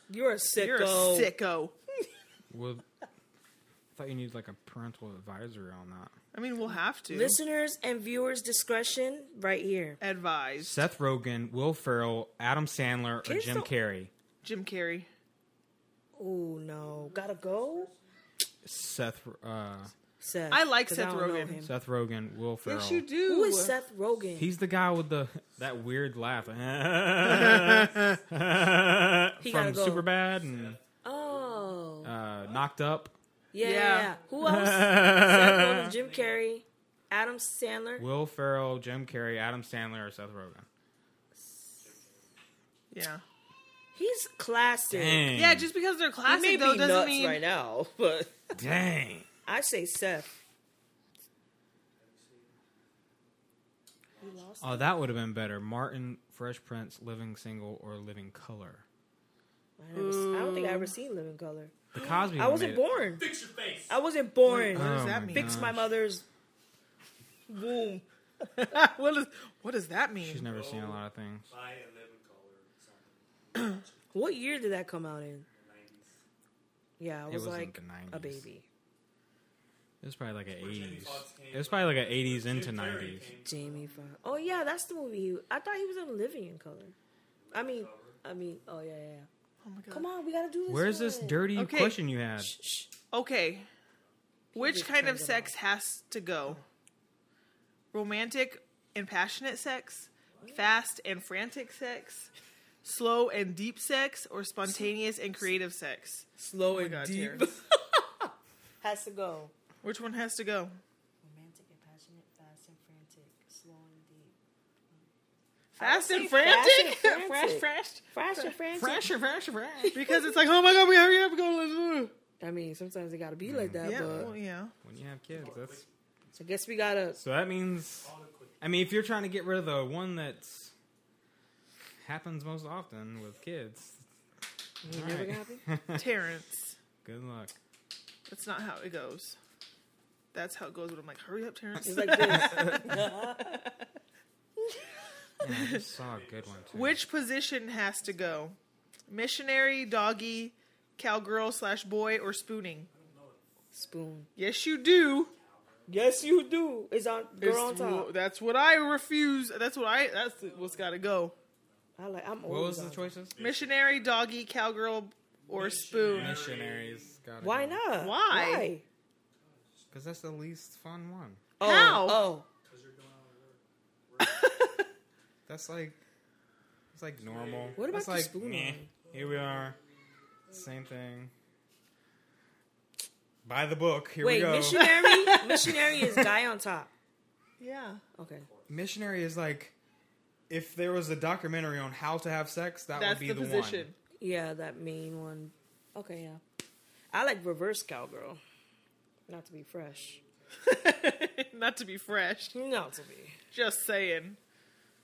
S1: You're a sicko.
S2: You're a sicko.
S3: Well, I thought you needed like a parental advisory on that.
S2: I mean, we'll have to
S1: Listeners and viewers' discretion, right here.
S2: advise
S3: Seth Rogen, Will Ferrell, Adam Sandler, or
S1: Kids
S3: Jim
S1: don't-
S3: Carrey.
S2: Jim Carrey.
S1: Oh no, gotta go.
S3: Seth uh,
S1: Seth.
S2: I like
S1: 'cause
S2: Seth
S1: don't know
S2: Rogen.
S1: him.
S3: Seth Rogan, Will Ferrell.
S2: Yes, you do.
S1: Who is Seth Rogen?
S3: He's the guy with the that weird laugh
S1: He gotta
S3: from
S1: go.
S3: Superbad and
S1: Oh,
S3: uh, Knocked Up.
S1: yeah.
S2: Yeah.
S1: yeah. Who else? Seth Rogen, Jim Carrey, Adam Sandler.
S3: Will Ferrell, Jim Carrey, Adam Sandler, or Seth Rogen.
S2: Yeah.
S1: He's classic.
S3: Dang.
S2: Yeah, just because they're
S6: I may
S2: classic though
S6: be
S2: doesn't
S6: nuts
S2: mean
S6: right now, but
S3: dang.
S1: I say Seth. You lost.
S3: Oh, that would have been better. Martin, Fresh Prince, Living Single, or Living Color.
S1: I, never, s- I don't think I ever seen Living Color.
S3: The Cosby.
S1: I
S3: one
S1: wasn't
S3: made it.
S1: born.
S5: Fix your face.
S1: I wasn't born.
S2: What does
S4: Oh
S2: that
S3: Um,
S4: my
S2: mean?
S1: Fix my mother's womb.
S2: what, is, what does that mean?
S3: She's never seen a lot of things.
S5: Buy a living color. Something.
S1: What year did that come out in? Yeah, I was,
S4: was in
S1: like
S4: the
S1: a
S4: 90s.
S1: baby.
S3: It was probably like an
S5: Jamie
S3: eighties.
S5: Foxx came
S3: It was probably like an eighties
S5: Jim
S3: into
S5: Carrey
S3: nineties.
S5: came to
S1: Jamie Foxx. Oh yeah, that's the movie. He, I thought he was in Living in Color. I mean, I mean, oh yeah, yeah. yeah.
S2: Oh my God.
S1: Come on, we gotta do this.
S3: Where's
S1: one.
S3: this dirty
S2: Okay.
S3: cushion you had?
S2: Okay. Which
S1: just
S2: kind of
S1: turned it
S2: sex has to go? Romantic and passionate sex, fast and frantic sex, slow and deep sex, or spontaneous and creative sex?
S1: slow and
S2: God,
S1: deep?
S2: Terrence.
S1: Has to go.
S2: Which one has to go?
S1: Romantic and passionate, fast and frantic, slow and deep.
S2: Fast
S1: would
S2: and
S1: say fast
S2: frantic?
S1: and frantic.
S2: Fresh, fresh.
S1: Fast and frantic.
S4: Fresher, fresher, fresher.
S2: Because it's like, oh my god, we hurry up, go, let's move.
S1: I mean, sometimes it gotta be like that,
S2: Yeah,
S1: but
S2: well, yeah.
S3: When you have kids, that's
S1: I guess we gotta.
S3: so that means. I mean, if you're trying to get rid of the one that's happens most often with kids,
S1: You never gonna happen.
S2: Terrence.
S3: good luck.
S2: That's not how it goes. That's how it goes when I'm like, hurry up, Terrence.
S1: It's like this.
S3: Yeah, I just saw a good one too.
S2: Which position has to go? Missionary, doggy, cowgirl slash boy, or spooning?
S1: Spoon.
S2: Yes, you do.
S1: Yes, you do. It's on girl on
S2: It's-
S1: top.
S2: That's what I refuse. That's what I. That's what's got to go.
S1: I like. I'm
S3: What was
S1: always
S3: the
S1: on.
S3: choices?
S2: Missionary, doggy, cowgirl, or spoon.
S3: Missionaries. gotta
S1: Why
S3: go.
S1: not?
S2: Why?
S3: Because that's the least fun one.
S1: Oh,
S2: How?
S1: Oh,
S3: That's like it's like normal.
S1: What about
S3: That's
S1: the
S3: like,
S1: spoon
S3: meh,
S1: one?
S3: Here we are. Same thing. By the book. Here we
S1: wait.
S3: go.
S1: Missionary. missionary is guy on top.
S2: Yeah.
S1: Okay.
S3: missionary is like if there was a documentary on how to have sex, that
S2: That's
S3: would be
S2: the,
S3: the,
S2: position.
S1: Yeah, that main one. Okay, yeah. I like reverse cowgirl. Not to be fresh.
S2: Not to be fresh.
S1: Not to be.
S2: Just saying.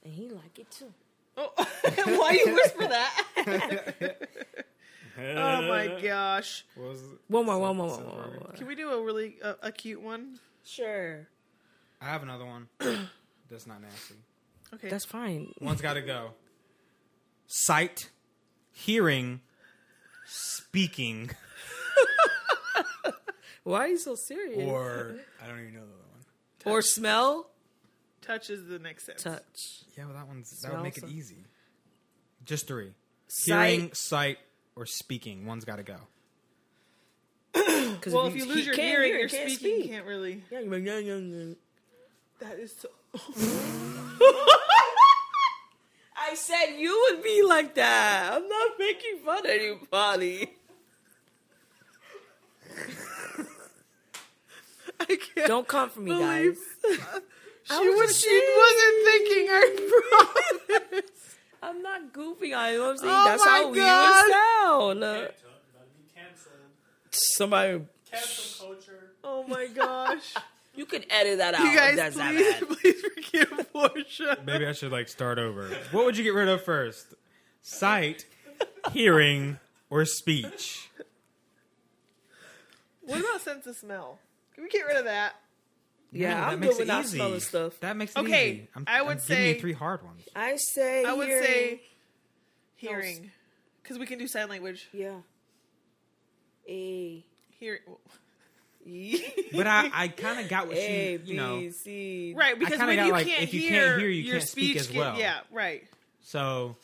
S1: And he like it too.
S2: Oh, why you whisper that? oh my gosh!
S3: one. Was
S1: One more, one more, one more, one more.
S2: Can we do a really uh, a cute one?
S1: Sure.
S3: I have another one. that's not nasty.
S2: Okay.
S1: That's fine.
S3: One's got to go. Sight, hearing, speaking,
S1: Why are you so serious? Or,
S3: or I don't even know the other one.
S1: smell?
S2: Touch is the next sense.
S1: Touch.
S3: Yeah, well, that one's that
S1: Smell
S3: would make it
S1: some-
S3: easy. Just three:
S1: Sight.
S3: hearing, sight, or speaking. One's got to go.
S1: Because
S2: Well, if you lose your hearing, you're
S1: can't
S2: speaking. You
S1: speak.
S2: can't really.
S1: Yeah, you're like, yeah, yeah, yeah.
S2: That is so.
S1: I said you would be like that. I'm not making fun of anybody.
S2: I can't.
S1: Don't come for me,
S2: Believe-
S1: guys.
S2: She,
S1: was
S2: was,
S1: just
S2: she wasn't thinking. I promise.
S1: I'm not goofing on you. know what I'm saying
S2: Oh
S1: that's
S2: my
S1: how we would sound. Uh,
S5: About to be canceled.
S1: somebody,
S5: Cancel culture.
S2: Oh my gosh!
S1: you can edit that out.
S2: You
S1: if
S2: guys,
S1: Oh, that's that
S2: please,
S1: bad.
S2: please forgive Portia.
S3: Maybe I should like start over. What would you get rid of first? Sight, hearing, or speech?
S2: What about sense of smell? Can we get rid of that?
S1: Yeah,
S3: that
S1: I'm
S3: makes
S1: good
S3: it
S1: with not
S3: easy.
S1: smelling stuff.
S3: That makes it
S2: Okay,
S3: easy. I'm,
S2: I would
S3: I'm giving you
S2: say-
S3: three hard ones.
S1: I say,
S2: I would
S1: hearing-
S2: say hearing, because we can do sign language.
S1: yeah. A
S2: Hearing,
S3: But I, I kind of got what
S1: A
S3: she, you
S1: B
S3: know.
S1: C.
S2: right? Because
S3: kinda
S2: when
S3: got,
S2: you
S3: like,
S2: can't
S3: if you
S2: hear,
S3: can't hear, you
S2: your
S3: can't speak
S2: speech
S3: as
S2: get-
S3: well.
S2: yeah, right.
S3: So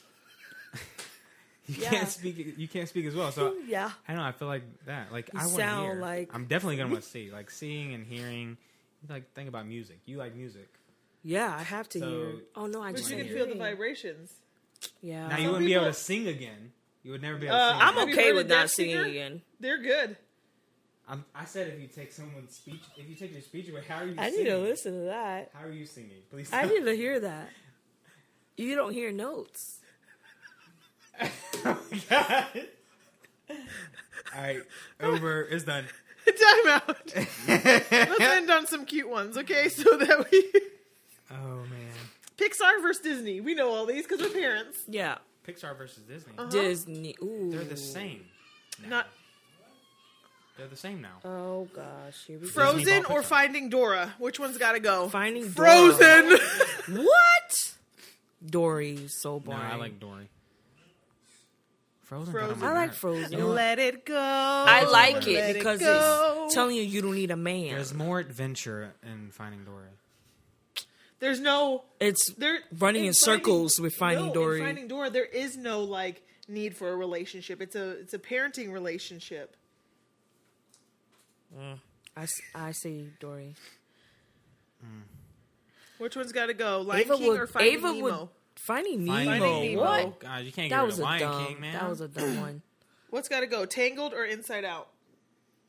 S3: you
S1: Yeah.
S3: can't speak. You can't speak as well. So
S1: Yeah.
S3: I don't know. I feel like that. Like I want to
S1: sound
S3: hear.
S1: like-
S3: I'm definitely gonna want to see. Like seeing and hearing. Like think about music. You like music.
S1: Yeah, I have to
S3: So-
S1: hear. Oh no, I
S2: But
S1: just
S2: you
S1: said
S2: can feel the
S1: hearing.
S2: vibrations.
S1: Yeah.
S3: Now you
S2: Some
S3: wouldn't be able
S2: people-
S3: to sing again. You would never be able to
S2: Uh, I'm
S3: sing. again.
S1: I'm
S2: Have you
S1: okay
S2: heard
S1: with
S2: of
S1: not
S2: Death
S1: singing
S2: Singer?
S1: again.
S2: They're good.
S3: I'm, I said if you take someone's speech, if you take your speech away, how are you?
S1: I need
S3: singing?
S1: to listen to that.
S3: How are you singing? Please.
S1: I
S3: tell
S1: need to hear that. You don't hear notes.
S3: Oh All right, over. It's done.
S2: Time out. Let's end on some cute ones, okay? So that we
S3: Oh man,
S2: Pixar versus Disney. We know all these because we're parents.
S1: Yeah.
S3: Pixar versus Disney.
S1: Oh. Disney. Ooh.
S3: Uh-huh. They're the same. now.
S2: Not
S3: They're the same now.
S1: Oh gosh, here we go.
S2: Frozen
S3: bought
S2: or
S3: Pixar.
S2: Finding Dora? Which one's got to go?
S1: Finding Dory.
S2: Frozen.
S1: What? Dory is so
S3: no,
S1: boring.
S3: I like Dory. Frozen.
S2: Frozen.
S1: I like Frozen.
S2: Let it go.
S1: I like
S2: Let
S1: it because
S2: go.
S1: it's telling you you don't need a man.
S3: There's more adventure in Finding Dory.
S2: there's no
S1: it's
S2: there
S1: running in
S2: Finding-
S1: circles with Finding
S2: no, in
S1: Dory.
S2: Finding Dora, there is no like need for a relationship. It's a it's a parenting relationship.
S1: I, s- I say Dory.
S2: Which one's got to go? Lion King or Finding
S1: Ava
S2: Nemo?
S1: would finding Nemo.
S2: Finding Nemo.
S1: What?
S3: God, you can't
S1: That
S3: get rid
S1: was
S3: of
S1: a
S3: Lion
S1: dumb.
S3: King, man.
S1: That was a dumb one.
S2: What's got to go? Tangled or Inside Out?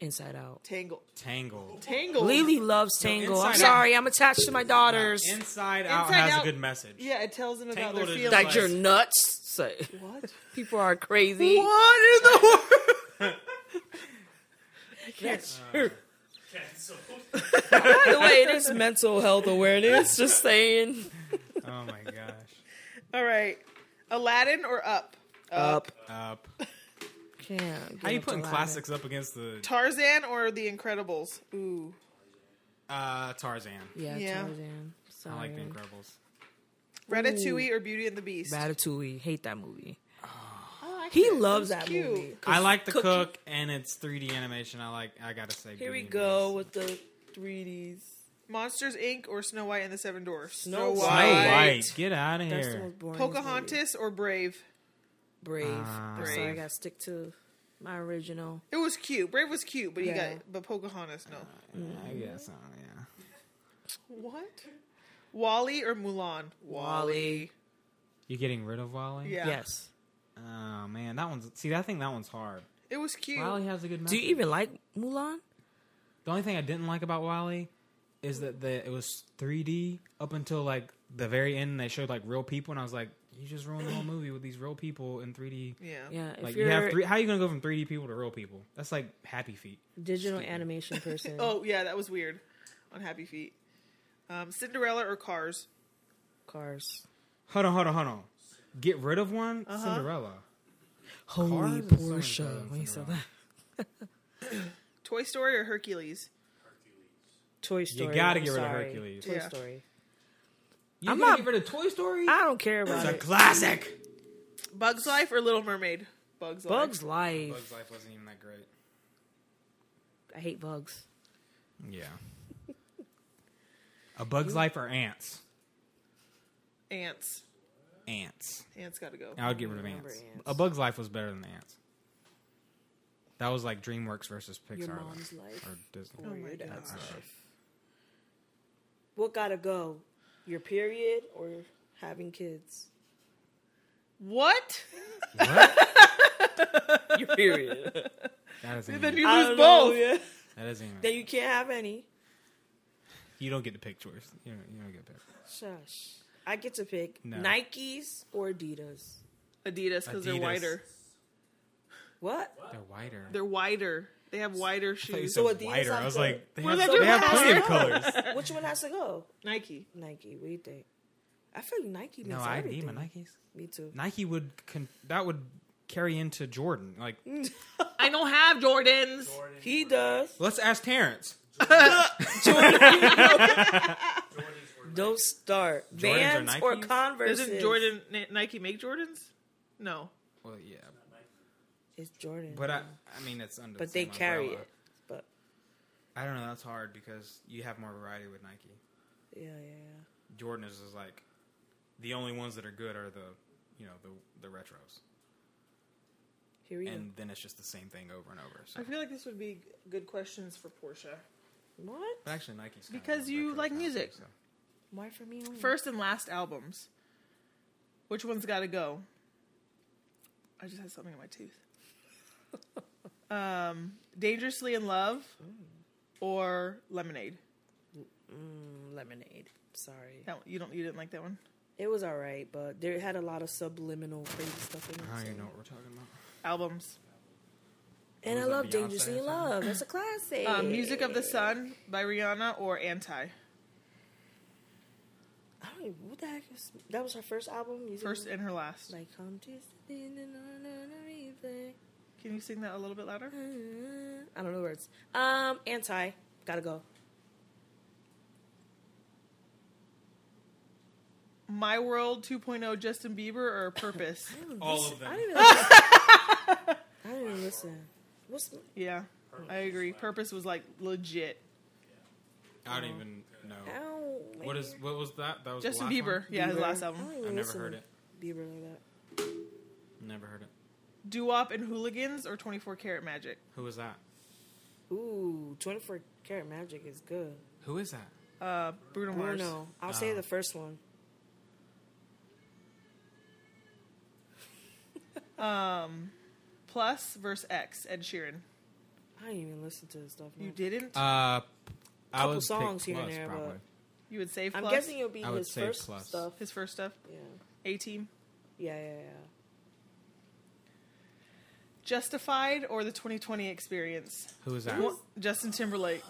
S1: Inside Out.
S2: Tangled.
S3: Tangled.
S2: Tangled.
S1: Lily loves Tangle. I'm
S3: Inside Out-
S1: sorry, I'm attached to my daughters.
S3: Inside Out
S2: Inside
S3: has
S2: Out-
S3: a good message.
S2: Yeah, it tells them about
S3: Tangled
S2: their
S3: is
S2: feelings.
S1: like
S3: Like-
S1: you're nuts. So,
S2: what?
S1: people are crazy.
S2: What in the world?
S1: By the way, it is mental health awareness. Just saying.
S3: Oh my gosh.
S2: All right, Aladdin or Up?
S1: Up.
S3: Up.
S1: Can't.
S7: How
S1: get
S7: you
S1: up to
S7: putting
S1: Aladdin.
S7: classics up against the
S2: Tarzan or The Incredibles? Ooh,
S3: Uh, Tarzan.
S1: Yeah,
S2: Yeah.
S1: Tarzan. Sorry.
S3: I like The Incredibles.
S2: Ratatouille or Beauty and the Beast?
S1: Ratatouille. Hate that movie.
S2: Oh, I
S1: He
S2: can't-
S1: loves
S2: that's
S1: that
S2: cute.
S1: movie.
S3: I like the cook, and it's 3D animation. I like. I gotta say.
S1: Here we
S3: Beauty and
S1: go with the 3Ds.
S2: Monsters Inc. or Snow White and the Seven Dwarfs?
S1: Snow
S3: the Beast.
S1: White.
S3: Snow White, get out of
S1: That's the
S3: here.
S1: most boring.
S2: Pocahontas or Brave?
S1: Brave.
S3: Ah.
S1: I'm sorry, I
S2: Brave.
S1: gotta stick to my original.
S2: It was cute. Brave was cute, but you
S1: Yeah. Uh,
S2: got but Pocahontas no.
S3: I guess. Oh, yeah.
S2: What? Wally or Mulan?
S1: Wall-E.
S3: You're getting rid of Wally.
S2: Yeah.
S1: Yes.
S3: Oh man, that one's. See, I think that one's hard.
S2: It was cute.
S3: Wally has a good. Message.
S1: Do you even like Mulan?
S3: The only thing I didn't like about Wally is that the it was 3D up until like the very end. They showed like real people, and I was like, you just ruined the whole movie with these real people in 3D.
S2: Yeah.
S1: Yeah. If
S3: Like you
S1: you're
S3: have three. How are you gonna go from 3D people to real people? That's like Happy Feet.
S1: a digital animation person,
S2: Oh yeah, that was weird. On Happy Feet. Um, Cinderella or Cars?
S1: Cars.
S3: Hold on, hold on, hold on. Get rid of one
S1: Uh-huh.
S3: Cinderella.
S1: Holy
S3: Cars is so
S1: Portia.
S3: good.
S1: When you said that.
S2: Toy Story or Hercules?
S1: Toy Story.
S3: gotta
S1: I'm
S3: get rid of
S1: sorry.
S3: Hercules.
S1: Toy
S2: Yeah.
S1: Story.
S3: You
S1: I'm
S3: gotta
S1: not-
S3: get rid of Toy Story.
S1: I don't care about
S3: It's a
S1: it.
S3: classic.
S2: Bugs Life or Little Mermaid? Bugs Life.
S1: Bugs Life.
S3: Life wasn't even that great.
S1: I hate bugs.
S3: Yeah. a Bug's Life or ants?
S2: Ants.
S3: Ants.
S2: Ants gotta go.
S3: I would get rid of
S1: remember
S3: ants.
S1: ants.
S3: A Bug's Life was better than ants. That was like DreamWorks versus Pixar.
S1: Your
S3: though.
S1: mom's life.
S3: Or Disney.
S1: or your
S2: Oh God.
S1: dad's life. What gotta go? Your period or having kids?
S2: What?
S3: What?
S1: Your period.
S3: That isn't
S2: Then
S3: even,
S2: you
S1: I
S2: lose
S1: don't
S2: both.
S1: know, yeah.
S3: that isn't even.
S1: Then you can't have any.
S3: you don't get to pick choice. You don't, you don't get to pick.
S1: Shush. I get to pick
S3: No.
S1: Nikes or Adidas.
S2: Adidas because they're
S3: Adidas.
S2: wider.
S1: What?
S3: They're whiter.
S2: They're wider. They have wider shoes.
S1: So
S3: so
S1: Adidas
S3: whiter.
S1: have
S3: I was
S1: the-
S3: like, they
S2: What
S3: have,
S2: about
S3: they
S2: your
S3: have plenty of colors.
S1: Which one has to go?
S2: Nike.
S1: Nike. What do you think? I feel like Nike
S3: no,
S1: makes
S3: I need
S1: everything.
S3: my Nikes.
S1: Me too.
S3: Nike would con- that would carry into Jordan. Like,
S2: I don't have Jordans.
S1: He does.
S3: let's ask Terrence.
S1: Don't start.
S3: Jordans or
S1: Vans or,
S3: Nikes?
S1: Converse.
S2: Doesn't Jordan N- Nike make Jordans? No.
S3: Well, yeah,
S1: It's Jordan.
S3: but I, I mean, it's under.
S1: But
S3: the
S1: they
S3: same
S1: carry
S3: umbrella.
S1: it. But
S3: I don't know. That's hard because you have more variety with Nike.
S1: yeah, yeah, yeah.
S3: Jordan is just like the only ones that are good are the you know the the retros,
S1: Here we
S3: and then it's just the same thing over and over. So.
S2: I feel like this would be good questions for Portia.
S1: go. What?
S3: But actually, Nike's kinda
S2: Because
S3: a
S2: you
S3: retro
S2: like
S3: company,
S2: music.
S3: so.
S1: Why for me only?
S2: First and last albums. Which one's got to go? I just had something in my tooth. um, Dangerously in Love or Lemonade?
S1: Mm, lemonade. Sorry.
S2: That, you don't. You didn't like that one.
S1: It was all right, but there had a lot of subliminal crazy stuff in it.
S3: I don't
S1: so-
S3: even know what we're talking about.
S2: Albums.
S1: And I
S3: Was that
S1: love
S3: Beyonce
S1: Dangerously
S3: or
S1: in Love. That's a classic.
S2: Um, Music of the Sun by Rihanna or Anti?
S1: I don't even, what the heck is, that was her first album? Music
S2: First and her last.
S1: Like, come to something and on a replay.
S2: Can you sing that a little bit louder?
S1: Uh, I don't know the words. Um, anti. Gotta go.
S2: My World 2.0 Justin Bieber or Purpose?
S1: I don't
S3: All
S1: listen-
S3: of them.
S1: I don't even listen. I don't even listen. What's
S2: yeah, I agree. Purpose was like legit.
S3: I don't even know.
S1: ow,
S3: What is what was that? That was
S2: Oh,
S3: the
S2: Justin
S3: last
S2: Bieber.
S3: one?
S2: Yeah, his
S1: Bieber.
S2: last
S1: I
S2: album.
S1: don't even
S3: I've never
S1: listen
S3: heard
S1: to
S3: it.
S1: Bieber like that.
S3: Never heard it.
S2: Doo Wop and Hooligans or 24 Karat Magic?
S3: Who is that?
S1: Ooh, 24 karat magic is good.
S3: Who is that?
S2: Uh, Bruno Mars.
S1: Bruno. I'll say
S3: Oh.
S1: the first one.
S2: Plus versus X, Ed Sheeran.
S1: I didn't even listen to this stuff.
S2: You
S1: man.
S2: didn't?
S3: Uh, I
S1: Couple
S3: would
S1: songs
S3: pick
S1: here and
S3: Plus,
S1: there, but-
S3: probably.
S2: you would say
S1: I'm
S2: Plus?
S1: guessing it'll be
S3: I would
S1: his
S3: say
S1: first
S3: plus.
S1: stuff.
S2: His first stuff.
S1: Yeah.
S2: A Team.
S1: Yeah, yeah, yeah.
S2: Justified or the 2020 Experience?
S3: Who is that?
S2: One- Justin Timberlake.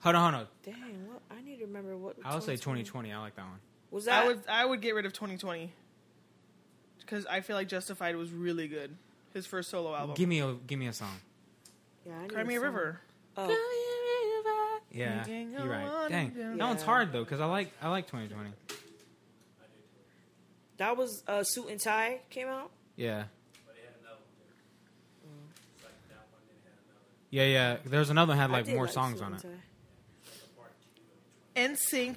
S3: Hold on, hold on.
S1: Dang, what? I need to remember what.
S3: I would say 2020. I like that one.
S1: Was that?
S2: I would I would get rid of 2020 because I feel like Justified was really good. His first solo album,
S3: Give me a give me a song.
S1: yeah, I need
S2: Cry Me
S1: a
S2: a
S1: song.
S2: River.
S1: Oh,
S3: Yeah,
S2: Thinking
S3: you're
S2: on
S3: right. Dang,
S2: you.
S3: that one's
S1: Yeah.
S3: hard though because I like I like 2020.
S1: that was uh, Suit and Tie came out.
S3: Yeah,
S5: But they had another one there. It's like that one, then they had another.
S3: yeah, yeah. There's another that had
S1: I
S3: like
S1: did
S3: more songs
S1: Suit
S3: on
S1: and
S3: it.
S1: Tie.
S2: NSYNC,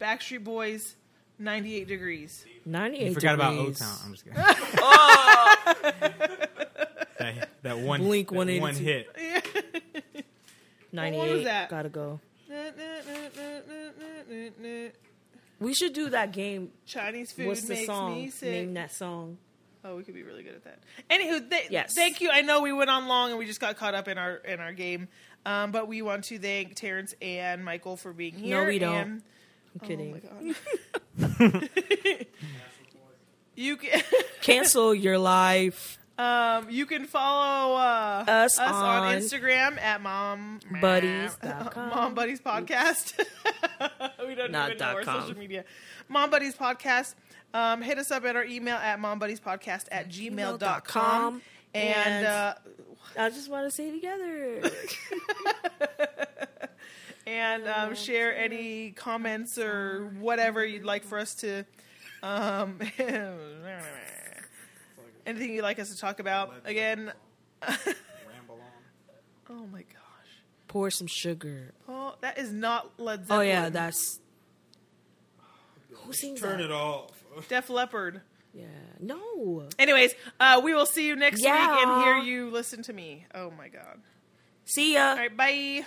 S2: Backstreet Boys, 98 Degrees.
S1: 98
S3: You forgot about O
S1: degrees.
S3: Town. I'm just kidding. Oh! that, that one
S6: Blink
S3: that one
S6: 182.
S3: hit.
S1: 98.
S2: What was that?
S1: Gotta go.
S2: Na, na, na, na, na, na, na.
S1: We should do that game.
S2: Chinese food
S1: What's the
S2: makes me
S1: song?
S2: sick.
S1: Name that song.
S2: Oh, we could be really good at that. Anywho, th-
S1: Yes.
S2: thank you. I know we went on long and we just got caught up in our in our game, um, but we want to thank Terrence and Michael for being here.
S1: we don't.
S2: and-
S1: I'm kidding.
S2: Oh my god. you can
S1: Cancel your life,
S2: um, you can follow uh,
S1: Us
S2: on,
S1: on
S2: Instagram at mom
S1: buddies.
S2: mom buddies podcast. we don't
S6: Not
S2: even know our
S6: dot com.
S2: social media. Mom buddies podcast. Um, hit us up at our email at mombuddiespodcast at
S1: gmail
S2: gmail.com.
S1: dot com.
S2: And
S1: And-
S2: uh,
S1: I just want to say together.
S2: and um, share any comments or whatever you'd like for us to. Um, anything you'd like us to talk about? Again.
S3: Ramble on.
S2: Oh my gosh.
S1: Pour some sugar.
S2: Oh, that is not Led
S1: Oh
S2: Zeppelin.
S1: yeah, that's. Who sings
S3: Turn
S1: that?
S3: it off.
S2: Def Leppard.
S1: Yeah. No.
S2: Anyways, uh, we will see you next week and
S1: Yeah.
S2: hear you listen to me. Oh my god.
S1: See ya.
S2: All right, bye.